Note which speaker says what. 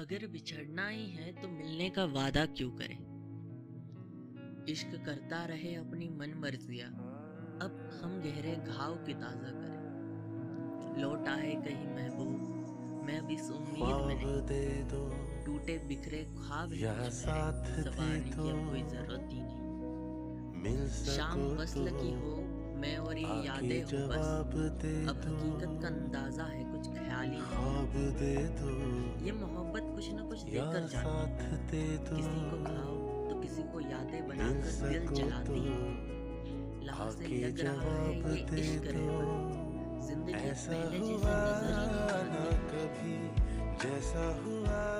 Speaker 1: अगर बिछड़ना ही है तो मिलने का वादा क्यों करे इश्क करता रहे अपनी मन मर्जिया अब हम गहरे घाव की ताजा करें लौट आए कहीं महबूब मैं अब इस उम्मीद में नहीं
Speaker 2: दे दो
Speaker 1: टूटे बिखरे ख्वाब हैं
Speaker 2: या
Speaker 1: कुछ मेरे,
Speaker 2: साथ तो दे
Speaker 1: सवारने की अब
Speaker 2: दो।
Speaker 1: कोई जरूरत ही नहीं
Speaker 2: मिल
Speaker 1: शाम
Speaker 2: सको
Speaker 1: बस
Speaker 2: तो
Speaker 1: लगी हो मैं और ये
Speaker 2: आके
Speaker 1: यादें हो बस
Speaker 2: जवाब दे
Speaker 1: अब
Speaker 2: दो
Speaker 1: हकीकत का अंदाजा है कुछ ख्याली
Speaker 2: ख्वाब दे दो
Speaker 1: ये मोहब्बत कुछ ना कुछ
Speaker 2: या
Speaker 1: देकर जाती है।
Speaker 2: साथ दे दो
Speaker 1: किसी को खाओ तो किसी को यादें
Speaker 2: मिल
Speaker 1: बनाकर दिल
Speaker 2: सको
Speaker 1: जलाती
Speaker 2: तो
Speaker 1: है लहू से
Speaker 2: आके
Speaker 1: लग रहा है
Speaker 2: जवाब
Speaker 1: ये
Speaker 2: दे
Speaker 1: इश्क
Speaker 2: दो
Speaker 1: रहमत जिंदगी
Speaker 2: ऐसा
Speaker 1: पहले जैसी
Speaker 2: हुआ
Speaker 1: नजर ही नहीं
Speaker 2: ना
Speaker 1: आती
Speaker 2: कभी जैसा हुआ